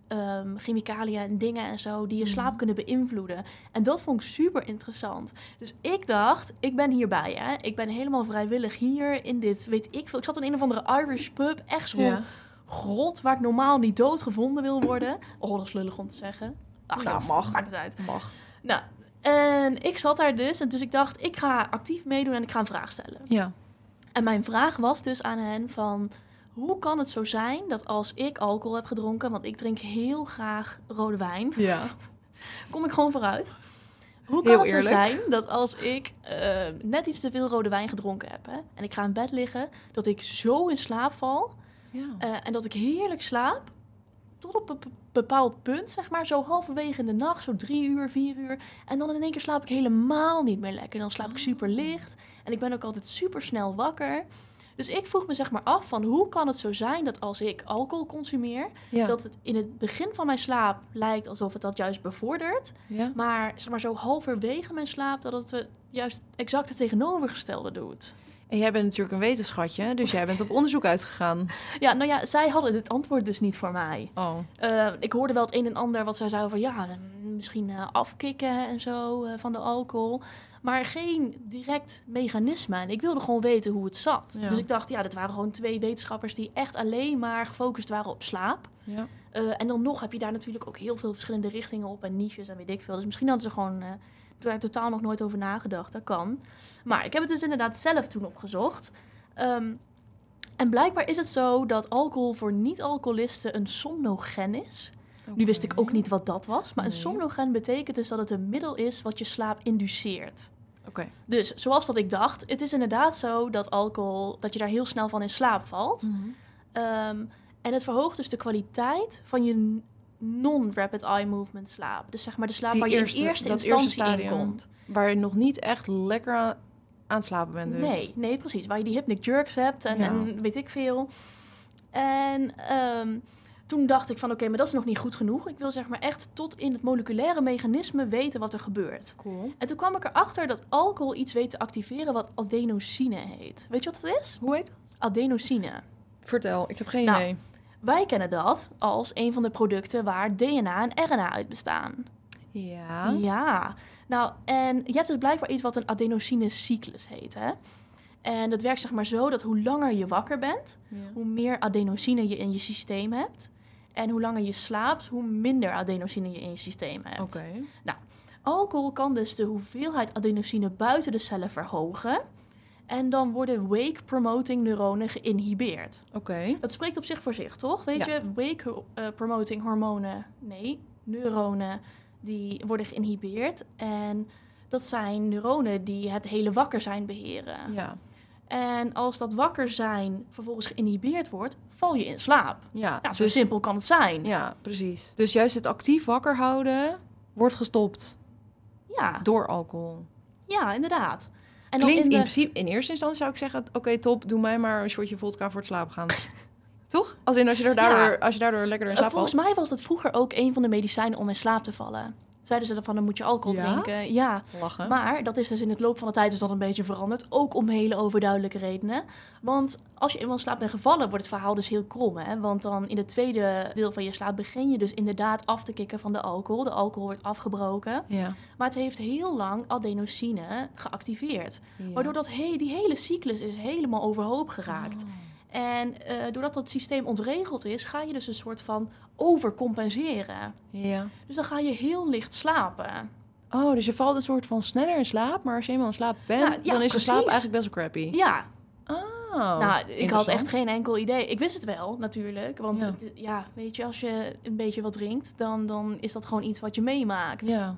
Speaker 2: ehm, chemicaliën en dingen en zo die je
Speaker 1: Mhm.
Speaker 2: slaap kunnen beïnvloeden. En dat vond ik super interessant. Dus ik dacht, ik ben hierbij, hè. Ik ben helemaal vrijwillig hier in dit, weet ik veel. Ik zat in een of andere Irish pub, echt zo'n
Speaker 1: Ja.
Speaker 2: grot waar ik normaal niet dood gevonden wil worden. Oh, dat is lullig om te zeggen. Ach,
Speaker 1: Nou,
Speaker 2: ja,
Speaker 1: mag.
Speaker 2: Maakt het uit.
Speaker 1: Mag.
Speaker 2: Nou, en ik zat daar dus. En dus ik dacht, ik ga actief meedoen en ik ga een vraag stellen.
Speaker 1: Ja.
Speaker 2: En mijn vraag was dus aan hen van... Hoe kan het zo zijn dat als ik alcohol heb gedronken... want ik drink heel graag rode wijn...
Speaker 1: Ja.
Speaker 2: kom ik gewoon vooruit. Hoe kan
Speaker 1: Heel
Speaker 2: het
Speaker 1: eerlijk.
Speaker 2: zo zijn dat als ik eh, net iets te veel rode wijn gedronken heb... Hè, en ik ga in bed liggen, dat ik zo in slaap val...
Speaker 1: Ja.
Speaker 2: Eh, en dat ik heerlijk slaap. Tot op een be- bepaald punt, zeg maar. Zo halverwege in de nacht, zo drie uur, vier uur. En dan in één keer slaap
Speaker 1: Ah.
Speaker 2: ik helemaal niet meer lekker. Dan slaap ik super licht. En ik ben ook altijd super snel wakker. Dus ik vroeg me zeg maar af van hoe kan het zo zijn dat als ik alcohol consumeer,
Speaker 1: Ja.
Speaker 2: dat het in het begin van mijn slaap lijkt alsof het dat juist bevordert,
Speaker 1: ja.
Speaker 2: maar zeg maar zo halverwege mijn slaap dat het eh, juist exact het tegenovergestelde doet.
Speaker 1: En jij bent natuurlijk een wetenschatje, dus jij bent op onderzoek uitgegaan.
Speaker 2: Ja, nou ja, zij hadden het antwoord dus niet voor mij.
Speaker 1: Oh,
Speaker 2: Eh, ik hoorde wel het een en ander wat zij zeiden van ja, mm, misschien eh, afkicken en zo eh, van de alcohol. Maar geen direct mechanisme. En ik wilde gewoon weten hoe het zat.
Speaker 1: Ja.
Speaker 2: Dus ik dacht, ja, dat waren gewoon twee wetenschappers die echt alleen maar gefocust waren op slaap.
Speaker 1: ja.
Speaker 2: Eh, en dan nog heb je daar natuurlijk ook heel veel verschillende richtingen op en niches en weet ik veel. Dus misschien hadden ze gewoon eh, daar totaal nog nooit over nagedacht. Dat kan. Maar ik heb het dus inderdaad zelf toen opgezocht. Ehm, en blijkbaar is het zo dat alcohol voor niet-alcoholisten een somnogen is. Nu wist ik ook niet wat dat was. Maar een
Speaker 1: Nee.
Speaker 2: somnogen betekent dus dat het een middel is wat je slaap induceert.
Speaker 1: Oké,
Speaker 2: Dus zoals dat ik dacht, het is inderdaad zo dat alcohol, dat je daar heel snel van in slaap valt. Ehm, en het verhoogt dus de kwaliteit van je n- non-rapid eye movement slaap. Dus zeg maar de slaap
Speaker 1: Die
Speaker 2: waar je
Speaker 1: eerste-
Speaker 2: in eerste
Speaker 1: dat
Speaker 2: instantie
Speaker 1: eerste stadium.
Speaker 2: in komt.
Speaker 1: waar je nog niet echt lekker aan aan het slapen bent dus.
Speaker 2: Nee, nee, precies. Waar je die hypnic jerks hebt en,
Speaker 1: Ja.
Speaker 2: en weet ik veel. En ehm, toen dacht ik van oké, maar dat is nog niet goed genoeg. Ik wil zeg maar echt tot in het moleculaire mechanisme weten wat er gebeurt.
Speaker 1: Cool.
Speaker 2: En toen kwam ik erachter dat alcohol iets weet te activeren wat adenosine heet. Weet je wat het is?
Speaker 1: Hoe heet dat?
Speaker 2: Adenosine.
Speaker 1: Vertel, ik heb geen
Speaker 2: Nou,
Speaker 1: idee.
Speaker 2: Wij kennen dat als een van de producten waar DNA en RNA uit bestaan.
Speaker 1: Ja.
Speaker 2: Ja. Nou, en je hebt dus blijkbaar iets wat een adenosinecyclus heet, hè? En dat werkt zeg maar zo dat hoe langer je wakker bent,
Speaker 1: Ja.
Speaker 2: hoe meer adenosine je in je systeem hebt. En hoe langer je slaapt, hoe minder adenosine je in je systeem hebt.
Speaker 1: Oké.
Speaker 2: Alcohol kan dus de hoeveelheid adenosine buiten de cellen verhogen. En dan worden wake-promoting neuronen geïnhibeerd.
Speaker 1: Oké.
Speaker 2: Dat spreekt op zich voor zich, toch? Weet
Speaker 1: Ja.
Speaker 2: je, wake-promoting hormonen, nee, neuronen, die worden geïnhibeerd. En dat zijn neuronen die het hele wakker zijn beheren.
Speaker 1: Ja.
Speaker 2: En als dat wakker zijn vervolgens geïnhibeerd wordt, val je in slaap.
Speaker 1: Ja.
Speaker 2: Ja, zo
Speaker 1: dus-
Speaker 2: simpel kan het zijn. Ja.
Speaker 1: Ja, precies. Dus juist het actief wakker houden wordt gestopt
Speaker 2: Ja,
Speaker 1: door alcohol.
Speaker 2: inderdaad. En Ah. dan
Speaker 1: Klinkt in,
Speaker 2: in de-
Speaker 1: principe, in eerste instantie zou ik zeggen, oké top, doe mij maar een shotje vodka voor het slapen gaan. Toch? Als in als je, er daardoor, als je daardoor lekker in
Speaker 2: Eh,
Speaker 1: slaap
Speaker 2: Volgens
Speaker 1: valt.
Speaker 2: mij was dat vroeger ook een van de medicijnen om in slaap te vallen. Zeiden ze dan van, dan moet je alcohol
Speaker 1: Ja?
Speaker 2: drinken. Ja,
Speaker 1: Lachen.
Speaker 2: Maar dat is dus in het loop van de tijd is dat een beetje veranderd. Ook om hele overduidelijke redenen. Want als je eenmaal in slaap bent gevallen, wordt het verhaal dus heel krom. Hè? Want dan in het tweede deel van je slaap begin je dus inderdaad af te kicken van de alcohol. De alcohol wordt afgebroken.
Speaker 1: ja.
Speaker 2: Maar het heeft heel lang adenosine geactiveerd.
Speaker 1: Ja.
Speaker 2: Waardoor dat he- die hele cyclus is helemaal overhoop geraakt.
Speaker 1: Oh.
Speaker 2: En eh, doordat dat systeem ontregeld is, ga je dus een soort van overcompenseren.
Speaker 1: Ja.
Speaker 2: Dus dan ga je heel licht slapen.
Speaker 1: Oh, dus je valt een soort van sneller in slaap, maar als je eenmaal in slaap bent,
Speaker 2: Nou, ja,
Speaker 1: dan is je
Speaker 2: precies.
Speaker 1: slaap eigenlijk best wel crappy.
Speaker 2: Ja,
Speaker 1: Oh,
Speaker 2: nou, ik had
Speaker 1: interessant.
Speaker 2: echt geen enkel idee. Ik wist het wel, natuurlijk. Want
Speaker 1: Ja.
Speaker 2: ja, ja weet je, als je een beetje wat drinkt, dan, dan is dat gewoon iets wat je meemaakt.
Speaker 1: Ja.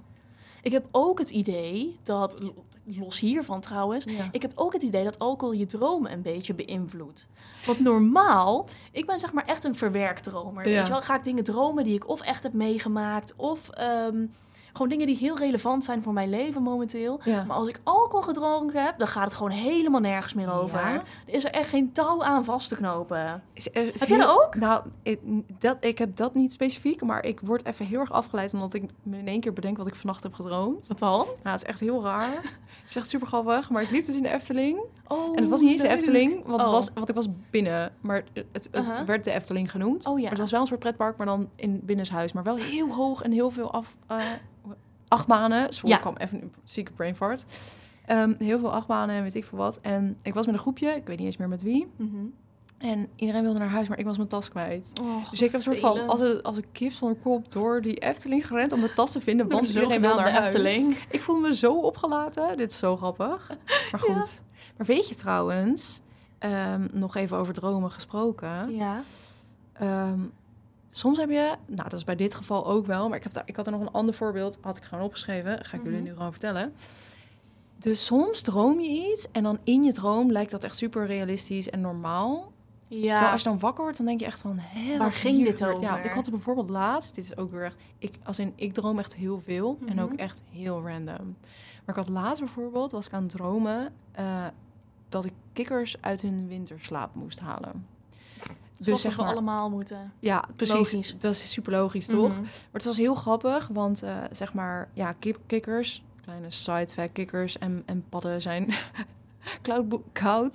Speaker 2: Ik heb ook het idee dat, lo- los hiervan trouwens...
Speaker 1: ja.
Speaker 2: Ik heb ook het idee dat alcohol je dromen een beetje beïnvloedt. Want normaal, ik ben zeg maar echt een verwerkdromer.
Speaker 1: Ja.
Speaker 2: Weet je wel, ga ik dingen dromen die ik of echt heb meegemaakt... of ehm, gewoon dingen die heel relevant zijn voor mijn leven momenteel.
Speaker 1: Ja.
Speaker 2: Maar als ik alcohol gedronken heb, dan gaat het gewoon helemaal nergens meer over.
Speaker 1: Ja?
Speaker 2: Er is er echt geen touw aan vast te knopen.
Speaker 1: Is- eh, is
Speaker 2: Heb jij dat
Speaker 1: heel-
Speaker 2: ook?
Speaker 1: Nou, ik, dat, ik heb dat niet specifiek, maar ik word even heel erg afgeleid omdat ik me in één keer bedenk wat ik vannacht heb gedroomd.
Speaker 2: Wat dan?
Speaker 1: Ja, het is echt heel raar. Het is echt super grappig, maar ik liep dus in de Efteling.
Speaker 2: Oh,
Speaker 1: En het was niet Uh-huh. eens de
Speaker 2: leuk.
Speaker 1: Efteling, want, het
Speaker 2: Oh.
Speaker 1: was, want ik was binnen. Maar het, het
Speaker 2: Aha.
Speaker 1: werd de Efteling genoemd.
Speaker 2: Oh ja.
Speaker 1: Maar het was wel een soort pretpark, maar dan in binnenshuis. Maar wel heel hoog en heel veel af, eh, achtbanen. Sorry,
Speaker 2: Ja.
Speaker 1: ik kwam even een zieke brain fart. Ehm, heel veel achtbanen en weet ik veel wat. En ik was met een groepje, ik weet niet eens meer met wie.
Speaker 2: Mhm.
Speaker 1: En iedereen wilde naar huis, maar ik was mijn tas kwijt.
Speaker 2: Och,
Speaker 1: Dus ik heb een soort van,
Speaker 2: vervelend.
Speaker 1: als een, als een kip zonder kop, door die Efteling gerend om mijn tas te vinden. Want
Speaker 2: Hebben jullie
Speaker 1: iedereen
Speaker 2: zo
Speaker 1: wil naar
Speaker 2: gedaan,
Speaker 1: huis.
Speaker 2: de Efteling?
Speaker 1: Ik voel me zo opgelaten. Dit is zo grappig. Maar goed. Maar weet je trouwens, ehm, nog even over dromen gesproken.
Speaker 2: Ja.
Speaker 1: Ehm, soms heb je, nou dat is bij dit geval ook wel, maar ik, heb daar, ik had er nog een ander voorbeeld, had ik gewoon opgeschreven, ga ik jullie
Speaker 2: Mhm.
Speaker 1: nu gewoon vertellen. Dus soms droom je iets en dan in je droom lijkt dat echt super realistisch en normaal. Terwijl
Speaker 2: Ja.
Speaker 1: als je dan wakker wordt, dan denk je echt van, hè,
Speaker 2: Waar
Speaker 1: wat
Speaker 2: ging
Speaker 1: hier
Speaker 2: dit
Speaker 1: gebeurt? Ja,
Speaker 2: over?
Speaker 1: want ik had het bijvoorbeeld laatst, dit is ook weer echt, ik, als in, ik droom echt heel veel en
Speaker 2: Mhm.
Speaker 1: ook echt heel random. Maar ik had laatst bijvoorbeeld, was ik aan het dromen, eh, dat ik kikkers uit hun winterslaap moest halen.
Speaker 2: Dus zeg we allemaal moeten.
Speaker 1: Ja, precies.
Speaker 2: Logisch.
Speaker 1: Dat is super logisch, toch?
Speaker 2: Mhm.
Speaker 1: Maar het was heel grappig, want eh, zeg maar, ja, kip kikkers, kleine sidefact kikkers en, en padden zijn koudbo-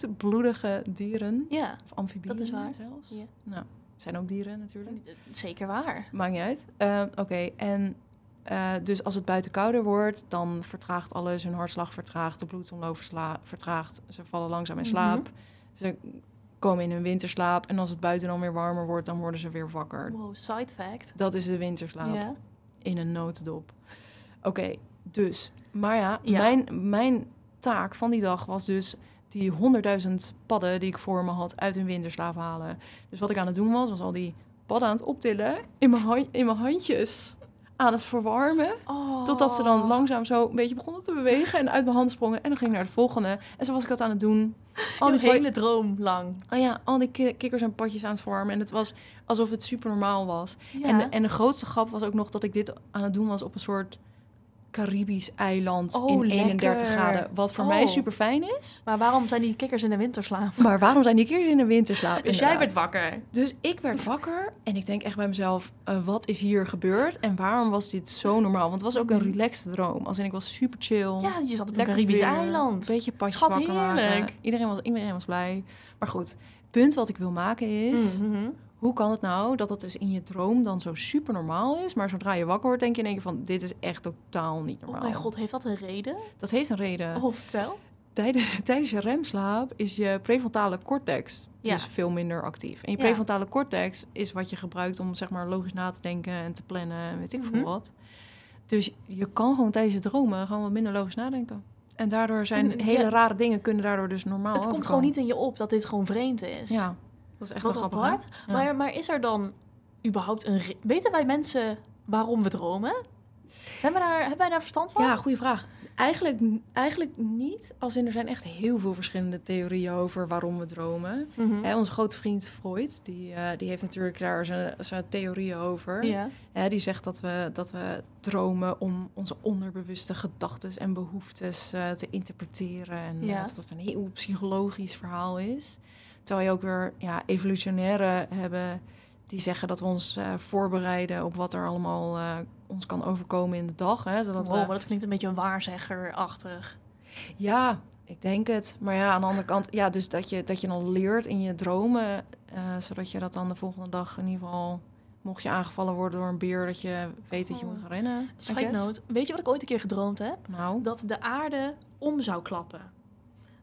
Speaker 1: koudbloedige dieren.
Speaker 2: Ja,
Speaker 1: Of amfibieën
Speaker 2: Dat is waar.
Speaker 1: zelfs.
Speaker 2: Ja.
Speaker 1: Nou, zijn ook dieren natuurlijk.
Speaker 2: zeker waar.
Speaker 1: Maakt niet uit. Eh, Oké, en eh, dus als het buiten kouder wordt, dan vertraagt alles. Hun hartslag vertraagt, de bloedomloop versla- vertraagt. Ze vallen langzaam in slaap.
Speaker 2: Mhm.
Speaker 1: Ze komen in hun winterslaap. En als het buiten dan weer warmer wordt, dan worden ze weer wakker.
Speaker 2: Wow, side fact.
Speaker 1: Dat is de winterslaap
Speaker 2: Ja.
Speaker 1: in een notendop. Oké, dus. Maar ja,
Speaker 2: Ja.
Speaker 1: Mijn, mijn taak van die dag was dus die 100.000 padden die ik voor me had uit hun winterslaap halen. Dus wat ik aan het doen was, was al die padden aan het optillen in mijn, hand, in mijn handjes. Aan het verwarmen,
Speaker 2: Oh.
Speaker 1: totdat ze dan langzaam zo een beetje begonnen te bewegen en uit mijn hand sprongen. En dan ging ik naar de volgende. En zo was ik dat aan het doen. Al
Speaker 2: Jouw
Speaker 1: die, pa-
Speaker 2: Oh, hele droom lang.
Speaker 1: oh ja, al die ki- kikkers en padjes aan het verwarmen. En het was alsof het super normaal was.
Speaker 2: Ja.
Speaker 1: En, de, en de grootste grap was ook nog dat ik dit aan het doen was op een soort Caribisch eiland
Speaker 2: Oh,
Speaker 1: in 31
Speaker 2: lekker.
Speaker 1: graden. Wat voor
Speaker 2: Oh.
Speaker 1: mij super fijn is.
Speaker 2: Maar waarom zijn die kikkers in de winter slapen?
Speaker 1: Maar waarom zijn die kikkers in de winterslaap?
Speaker 2: Dus jij
Speaker 1: inderdaad?
Speaker 2: werd wakker.
Speaker 1: Dus ik werd wakker en ik denk echt bij mezelf, eh, wat is hier gebeurd? En waarom was dit zo normaal? Want het was ook een relaxed droom. Als in ik was super chill.
Speaker 2: Mhm. Ja, je zat op een
Speaker 1: Lekker
Speaker 2: Caribisch
Speaker 1: weer, eh,
Speaker 2: eiland.
Speaker 1: Een beetje padjes
Speaker 2: Schat,
Speaker 1: wakker maken.
Speaker 2: heerlijk.
Speaker 1: Iedereen was, iedereen was blij. Maar goed, het punt wat ik wil maken is...
Speaker 2: Mhm.
Speaker 1: Hoe kan het nou dat dat dus in je droom dan zo super normaal is, maar zodra je wakker wordt, denk je in één keer van: dit is echt totaal niet normaal.
Speaker 2: Oh mijn god, heeft dat een reden?
Speaker 1: Dat heeft een reden.
Speaker 2: Oh, vertel.
Speaker 1: Tijdens, tijdens je remslaap is je prefrontale cortex
Speaker 2: Ja.
Speaker 1: dus veel minder actief. En je
Speaker 2: Ja.
Speaker 1: prefrontale cortex is wat je gebruikt om zeg maar logisch na te denken en te plannen en weet ik
Speaker 2: Mhm.
Speaker 1: veel wat. Dus je kan gewoon tijdens je dromen gewoon wat minder logisch nadenken. En daardoor zijn
Speaker 2: En-
Speaker 1: hele
Speaker 2: ja.
Speaker 1: rare dingen kunnen daardoor dus normaal
Speaker 2: het komt
Speaker 1: overkomen.
Speaker 2: gewoon niet in je op dat dit gewoon vreemd is.
Speaker 1: Ja, dat is echt
Speaker 2: Wat
Speaker 1: wel grappig. hè?
Speaker 2: apart.
Speaker 1: Ja.
Speaker 2: Maar, maar is er dan überhaupt een... re- Weten wij mensen waarom we dromen? Zijn we daar, hebben wij daar verstand van?
Speaker 1: Ja, goede vraag. Eigenlijk, eigenlijk niet. Als in, er zijn echt heel veel verschillende theorieën over waarom we dromen.
Speaker 2: Mhm.
Speaker 1: Hè, onze grote vriend Freud, die, eh, die heeft natuurlijk daar zijn, zijn theorieën over.
Speaker 2: Ja.
Speaker 1: Hè, die zegt dat we, dat we dromen om onze onderbewuste gedachten en behoeftes eh, te interpreteren. En eh,
Speaker 2: Ja.
Speaker 1: dat dat een heel psychologisch verhaal is. Terwijl je ook weer ja, evolutionaire hebben die zeggen dat we ons eh, voorbereiden op wat er allemaal eh, ons kan overkomen in de dag. Hè, zodat
Speaker 2: Wow,
Speaker 1: we
Speaker 2: maar dat klinkt een beetje een waarzeggerachtig.
Speaker 1: ja, ik denk het. Maar ja, aan de andere kant, ja, dus dat je, dat je dan leert in je dromen, eh, zodat je dat dan de volgende dag in ieder geval, mocht je aangevallen worden door een beer, dat je weet
Speaker 2: Oh.
Speaker 1: dat je moet gaan rennen. I
Speaker 2: Side
Speaker 1: guess.
Speaker 2: note, weet je wat ik ooit een keer gedroomd heb?
Speaker 1: Nou,
Speaker 2: Dat de aarde om zou klappen.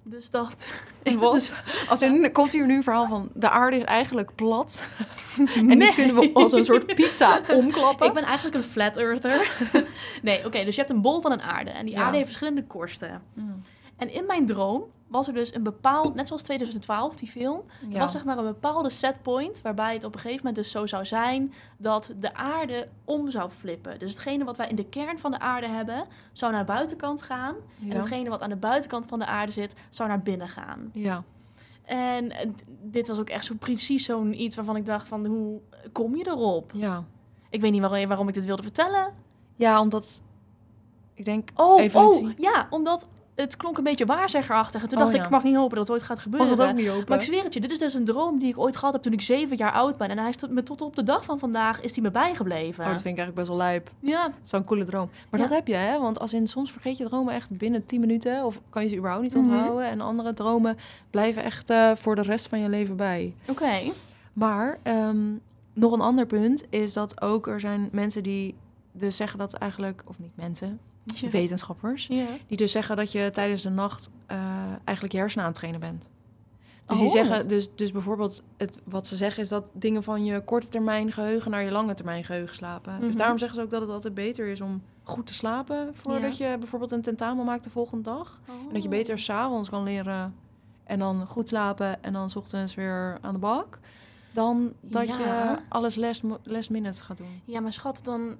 Speaker 2: Dus dat...
Speaker 1: wat? Als in, komt hier nu een verhaal van de aarde is eigenlijk plat en
Speaker 2: Nee.
Speaker 1: die kunnen we als een soort pizza omklappen.
Speaker 2: Ik ben eigenlijk een flat earther. nee, oké, dus je hebt een bol van een aarde. En die
Speaker 1: Ja.
Speaker 2: aarde heeft verschillende korsten.
Speaker 1: Mm.
Speaker 2: En in mijn droom was er dus een bepaald... Net zoals 2012, die film. Er
Speaker 1: Ja.
Speaker 2: was zeg maar een bepaalde setpoint waarbij het op een gegeven moment dus zo zou zijn dat de aarde om zou flippen. Dus hetgene wat wij in de kern van de aarde hebben, zou naar de buitenkant gaan. En
Speaker 1: ja.
Speaker 2: hetgene wat aan de buitenkant van de aarde zit, zou naar binnen gaan.
Speaker 1: Ja.
Speaker 2: En eh, d- dit was ook echt zo precies zo'n iets waarvan ik dacht van hoe kom je erop?
Speaker 1: ja.
Speaker 2: Ik weet niet waar- waarom ik dit wilde vertellen.
Speaker 1: Ja, omdat ik denk,
Speaker 2: Oh,
Speaker 1: Evolutie.
Speaker 2: oh ja, omdat het klonk een beetje waarzeggerachtig. En toen
Speaker 1: Oh,
Speaker 2: dacht ik,
Speaker 1: ja. Oh,
Speaker 2: ik mag niet hopen dat het ooit gaat
Speaker 1: mag
Speaker 2: gebeuren.
Speaker 1: het ook niet open.
Speaker 2: Maar ik zweer het je, dit is dus een droom die ik ooit gehad heb toen ik zeven jaar oud ben. En hij is tot, me tot op de dag van vandaag is die me bijgebleven.
Speaker 1: Oh, dat vind ik eigenlijk best wel lijp.
Speaker 2: Ja,
Speaker 1: Zo'n coole droom. Maar
Speaker 2: Ja.
Speaker 1: dat heb je, hè? Want als in soms vergeet je dromen echt binnen 10 minuten. Of kan je ze überhaupt niet
Speaker 2: Mhm.
Speaker 1: onthouden. En andere dromen blijven echt eh, voor de rest van je leven bij.
Speaker 2: oké.
Speaker 1: Maar ehm, nog een ander punt is dat ook er zijn mensen die dus zeggen dat eigenlijk, of niet mensen, wetenschappers.
Speaker 2: Ja.
Speaker 1: Die dus zeggen dat je tijdens de nacht eh, eigenlijk je hersenen aan het trainen bent. Dus die
Speaker 2: Oh.
Speaker 1: zeggen, dus, dus bijvoorbeeld, het, wat ze zeggen is dat dingen van je korte termijn geheugen naar je lange termijn geheugen slapen. Dus
Speaker 2: Mhm.
Speaker 1: daarom zeggen ze ook dat het altijd beter is om goed te slapen voordat je bijvoorbeeld een tentamen maakt de volgende dag. En
Speaker 2: Oh.
Speaker 1: dat je beter s'avonds kan leren en dan goed slapen en dan 's ochtends weer aan de bak. Dan dat je
Speaker 2: Ja.
Speaker 1: alles last, mo- last minute gaat doen.
Speaker 2: Ja, maar schat, dan...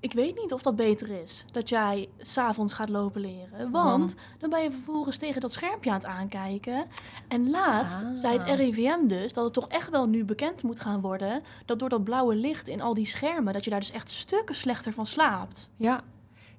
Speaker 2: Ik weet niet of dat beter is, dat jij s'avonds gaat lopen leren. Want dan ben je vervolgens tegen dat schermpje aan het aankijken. En laatst
Speaker 1: Ah.
Speaker 2: zei het RIVM dus dat het toch echt wel nu bekend moet gaan worden... dat door dat blauwe licht in al die schermen, dat je daar dus echt stukken slechter van slaapt.
Speaker 1: Ja,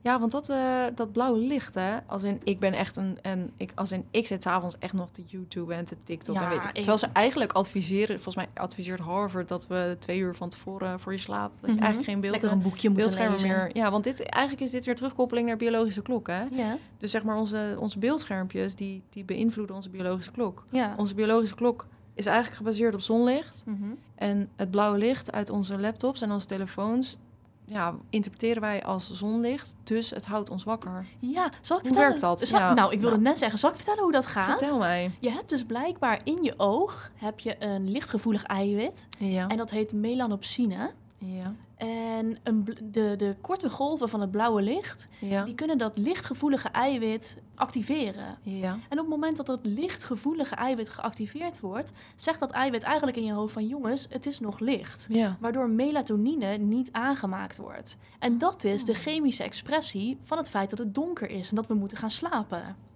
Speaker 1: Ja, want dat, eh, dat blauwe licht, hè. Als in, ik ben echt een... En ik, als in, ik zit s'avonds echt nog te YouTube en te TikTok
Speaker 2: Ja,
Speaker 1: en weet ik.
Speaker 2: ik-
Speaker 1: Terwijl ze eigenlijk adviseren... Volgens mij adviseert Harvard dat we twee uur van tevoren voor je slaap... Dat je
Speaker 2: Mhm.
Speaker 1: eigenlijk geen
Speaker 2: Lekker
Speaker 1: beelden,
Speaker 2: een boekje moeten
Speaker 1: beeldschermen
Speaker 2: lezen.
Speaker 1: meer... Ja, want dit, eigenlijk is dit weer terugkoppeling naar biologische klok, hè.
Speaker 2: Ja,
Speaker 1: Dus zeg maar, onze, onze beeldschermpjes, die, die beïnvloeden onze biologische klok.
Speaker 2: ja.
Speaker 1: Onze biologische klok is eigenlijk gebaseerd op zonlicht.
Speaker 2: Mhm.
Speaker 1: En het blauwe licht uit onze laptops en onze telefoons... Ja, interpreteren wij als zonlicht, dus het houdt ons wakker.
Speaker 2: Ja, zal ik
Speaker 1: Hoe
Speaker 2: vertellen?
Speaker 1: werkt dat?
Speaker 2: Zal-
Speaker 1: Ja.
Speaker 2: Nou, ik wilde
Speaker 1: Nou.
Speaker 2: net zeggen, zal ik vertellen hoe dat gaat?
Speaker 1: Vertel mij.
Speaker 2: Je hebt dus blijkbaar in je oog heb je een lichtgevoelig eiwit.
Speaker 1: Ja.
Speaker 2: En dat heet melanopsine.
Speaker 1: ja.
Speaker 2: En een bl- de, de korte golven van het blauwe licht,
Speaker 1: Ja.
Speaker 2: die kunnen dat lichtgevoelige eiwit activeren.
Speaker 1: Ja.
Speaker 2: En op het moment dat dat lichtgevoelige eiwit geactiveerd wordt, zegt dat eiwit eigenlijk in je hoofd van jongens, het is nog licht.
Speaker 1: Ja.
Speaker 2: Waardoor melatonine niet aangemaakt wordt. En dat is
Speaker 1: Oh.
Speaker 2: de chemische expressie van het feit dat het donker is en dat we moeten gaan slapen.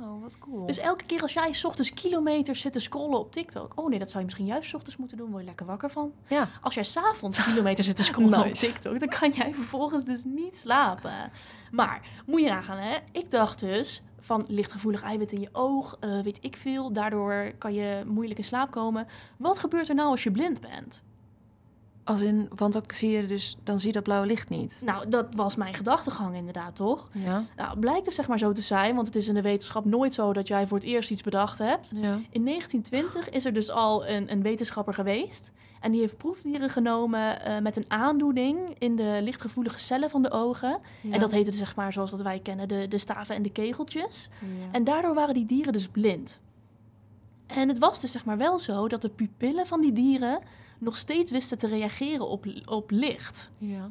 Speaker 1: Oh, wat cool.
Speaker 2: Dus elke keer als jij 's ochtends kilometers zit te scrollen op TikTok. Oh nee, dat zou je misschien juist 's ochtends moeten doen, word je lekker wakker van.
Speaker 1: ja.
Speaker 2: Als jij s'avonds kilometers zit te scrollen
Speaker 1: Nice.
Speaker 2: op TikTok, dan kan jij vervolgens dus niet slapen. Maar moet je nagaan, hè? Ik dacht dus van lichtgevoelig eiwit in je oog, eh, weet ik veel. Daardoor kan je moeilijk in slaap komen. Wat gebeurt er nou als je blind bent?
Speaker 1: Als in, want dan zie je dus, dan zie je dat blauwe licht niet.
Speaker 2: Nou, dat was mijn gedachtegang inderdaad, toch?
Speaker 1: Ja.
Speaker 2: Nou, het blijkt dus zeg maar zo te zijn, want het is in de wetenschap nooit zo dat jij voor het eerst iets bedacht hebt.
Speaker 1: Ja.
Speaker 2: In 1920 is er dus al een, een wetenschapper geweest. En die heeft proefdieren genomen eh, met een aandoening in de lichtgevoelige cellen van de ogen. En dat heette zeg maar zoals dat wij kennen de, de staven en de kegeltjes. En daardoor waren die dieren dus blind. En het was dus zeg maar wel zo dat de pupillen van die dieren nog steeds wisten te reageren op, op licht.
Speaker 1: Ja.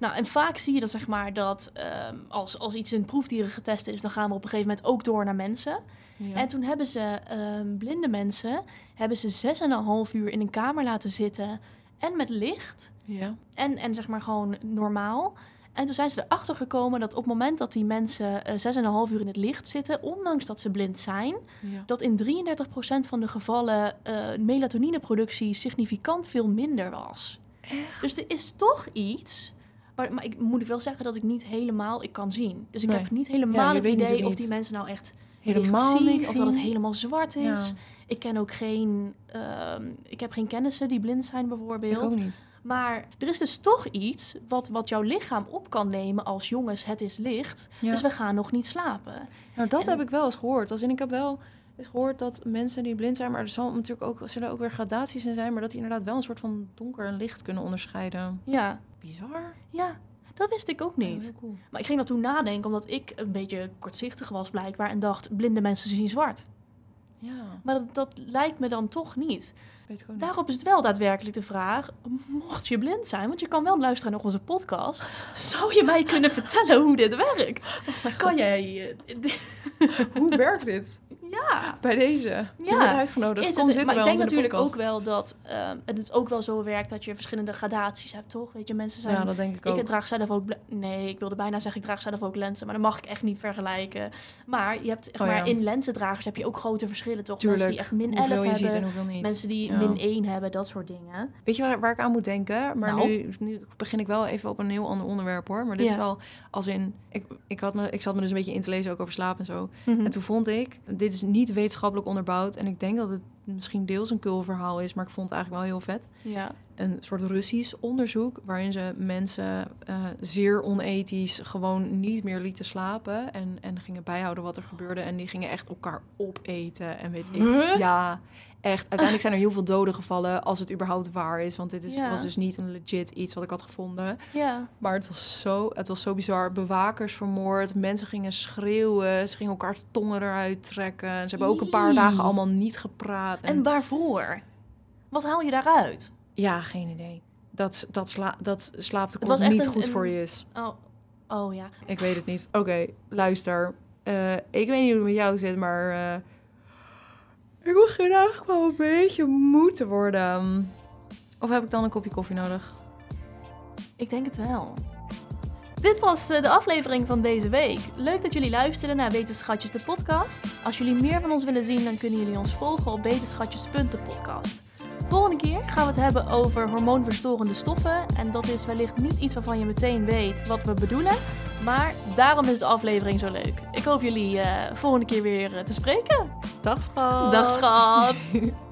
Speaker 2: Nou, en vaak zie je dat zeg maar dat ehm, als, als iets in proefdieren getest is, dan gaan we op een gegeven moment ook door naar mensen.
Speaker 1: Ja.
Speaker 2: En toen hebben ze ehm, blinde mensen hebben ze zes en een half uur in een kamer laten zitten en met licht
Speaker 1: ja.
Speaker 2: en, en zeg maar gewoon normaal. En toen zijn ze erachter gekomen dat op het moment dat die mensen eh, zes en een half uur in het licht zitten, ondanks dat ze blind zijn,
Speaker 1: Ja.
Speaker 2: dat in 33% van de gevallen eh, melatonineproductie significant veel minder was. Dus er is toch iets. Maar, maar ik moet ik wel zeggen dat ik niet helemaal ik kan zien. Dus ik
Speaker 1: Nee.
Speaker 2: heb niet
Speaker 1: Ja,
Speaker 2: helemaal
Speaker 1: je
Speaker 2: het
Speaker 1: weet
Speaker 2: idee
Speaker 1: natuurlijk
Speaker 2: of
Speaker 1: niet.
Speaker 2: die mensen nou echt
Speaker 1: Helemaal
Speaker 2: licht zien,
Speaker 1: niks
Speaker 2: Of dat het
Speaker 1: zien.
Speaker 2: helemaal zwart
Speaker 1: Ja.
Speaker 2: is. Ik ken ook geen. ehm, ik heb geen kennissen die blind zijn,
Speaker 1: Ik ook
Speaker 2: bijvoorbeeld.
Speaker 1: niet.
Speaker 2: Maar er is dus toch iets wat, wat jouw lichaam op kan nemen als jongens, het is licht.
Speaker 1: Ja.
Speaker 2: Dus we gaan nog niet slapen.
Speaker 1: Nou, dat
Speaker 2: En-
Speaker 1: heb ik wel eens gehoord. Als in, ik heb wel eens gehoord dat mensen die blind zijn, maar er zal natuurlijk ook, zullen ook weer gradaties in zijn, maar dat die inderdaad wel een soort van donker en licht kunnen onderscheiden.
Speaker 2: Ja,
Speaker 1: Bizar.
Speaker 2: ja. Dat wist ik ook
Speaker 1: Ja,
Speaker 2: niet.
Speaker 1: heel cool.
Speaker 2: Maar ik ging dat toen nadenken, omdat ik een beetje kortzichtig was blijkbaar. En dacht, blinde mensen zien zwart.
Speaker 1: Ja,
Speaker 2: Maar dat, dat lijkt me dan toch niet.
Speaker 1: weet ik ook niet.
Speaker 2: Hm. Daarop is het wel daadwerkelijk de vraag, mocht je blind zijn, want je kan wel luisteren naar onze podcast, zou je mij kunnen vertellen hoe dit werkt?
Speaker 1: Oh
Speaker 2: kan jij... eh,
Speaker 1: Hoe werkt dit?
Speaker 2: ja.
Speaker 1: Bij deze. Ja. Je bent uitgenodigd.
Speaker 2: Is
Speaker 1: Kom
Speaker 2: het,
Speaker 1: zitten
Speaker 2: maar
Speaker 1: bij
Speaker 2: ik
Speaker 1: ons
Speaker 2: denk
Speaker 1: in de
Speaker 2: natuurlijk ook
Speaker 1: podcast.
Speaker 2: wel dat ehm, het ook wel zo werkt dat je verschillende gradaties hebt, toch? Weet je, mensen zijn...
Speaker 1: Ja, dat denk ik
Speaker 2: ik
Speaker 1: ook.
Speaker 2: draag zelf ook... bla- Nee, ik wilde bijna zeggen, ik draag zelf ook lenzen. Maar dat mag ik echt niet vergelijken. Maar, je hebt, zeg
Speaker 1: Oh ja.
Speaker 2: maar in lenzendragers heb je ook grote verschillen, toch? Mensen die echt min 11
Speaker 1: hoeveel je
Speaker 2: hebben,
Speaker 1: ziet en hoeveel niet.
Speaker 2: mensen die
Speaker 1: Ja.
Speaker 2: min 1 hebben, dat soort dingen.
Speaker 1: Weet je waar, waar ik aan moet denken? Maar
Speaker 2: Nou?
Speaker 1: nu, nu begin ik wel even op een heel ander onderwerp hoor. Maar dit
Speaker 2: Ja.
Speaker 1: is wel als in... Ik, ik, had me, ik zat me dus een beetje in te lezen ook over slaap en zo. En toen vond ik, dit is niet wetenschappelijk onderbouwd. En ik denk dat het misschien deels een cool verhaal is. Maar ik vond het eigenlijk wel heel vet.
Speaker 2: Ja.
Speaker 1: een soort Russisch onderzoek waarin ze mensen eh, zeer onethisch gewoon niet meer lieten slapen en, en gingen bijhouden wat er gebeurde en die gingen echt elkaar opeten en weet ik.
Speaker 2: Huh?
Speaker 1: Ja, echt. Uiteindelijk zijn er heel veel doden gevallen als het überhaupt waar is, want dit is,
Speaker 2: Ja.
Speaker 1: was dus niet een legit iets wat ik had gevonden.
Speaker 2: Ja.
Speaker 1: Maar het was zo, het was zo bizar. Bewakers vermoord, mensen gingen schreeuwen, ze gingen elkaar tongen eruit trekken. Ze hebben ook een paar
Speaker 2: Ie.
Speaker 1: dagen allemaal niet gepraat.
Speaker 2: En waarvoor? Wat haal je daaruit?
Speaker 1: Ja, geen idee. Dat, dat, sla, dat slaaptekort
Speaker 2: Het was echt
Speaker 1: niet
Speaker 2: een-
Speaker 1: goed
Speaker 2: een-
Speaker 1: voor je is.
Speaker 2: Oh, oh ja.
Speaker 1: Ik weet het niet. Oké, luister. Eh, ik weet niet hoe het met jou zit, maar... eh, ik wil graag wel een beetje moe te worden. Of heb ik dan een kopje koffie nodig?
Speaker 2: Ik denk het wel. Dit was eh, de aflevering van deze week. Leuk dat jullie luisterden naar Wetenschatjes de podcast. Als jullie meer van ons willen zien, dan kunnen jullie ons volgen op wetenschatjes.depodcast. Volgende keer gaan we het hebben over hormoonverstorende stoffen. En dat is wellicht niet iets waarvan je meteen weet wat we bedoelen. Maar daarom is de aflevering zo leuk. Ik hoop jullie eh, volgende keer weer eh, te spreken.
Speaker 1: Dag schat.
Speaker 2: Dag schat!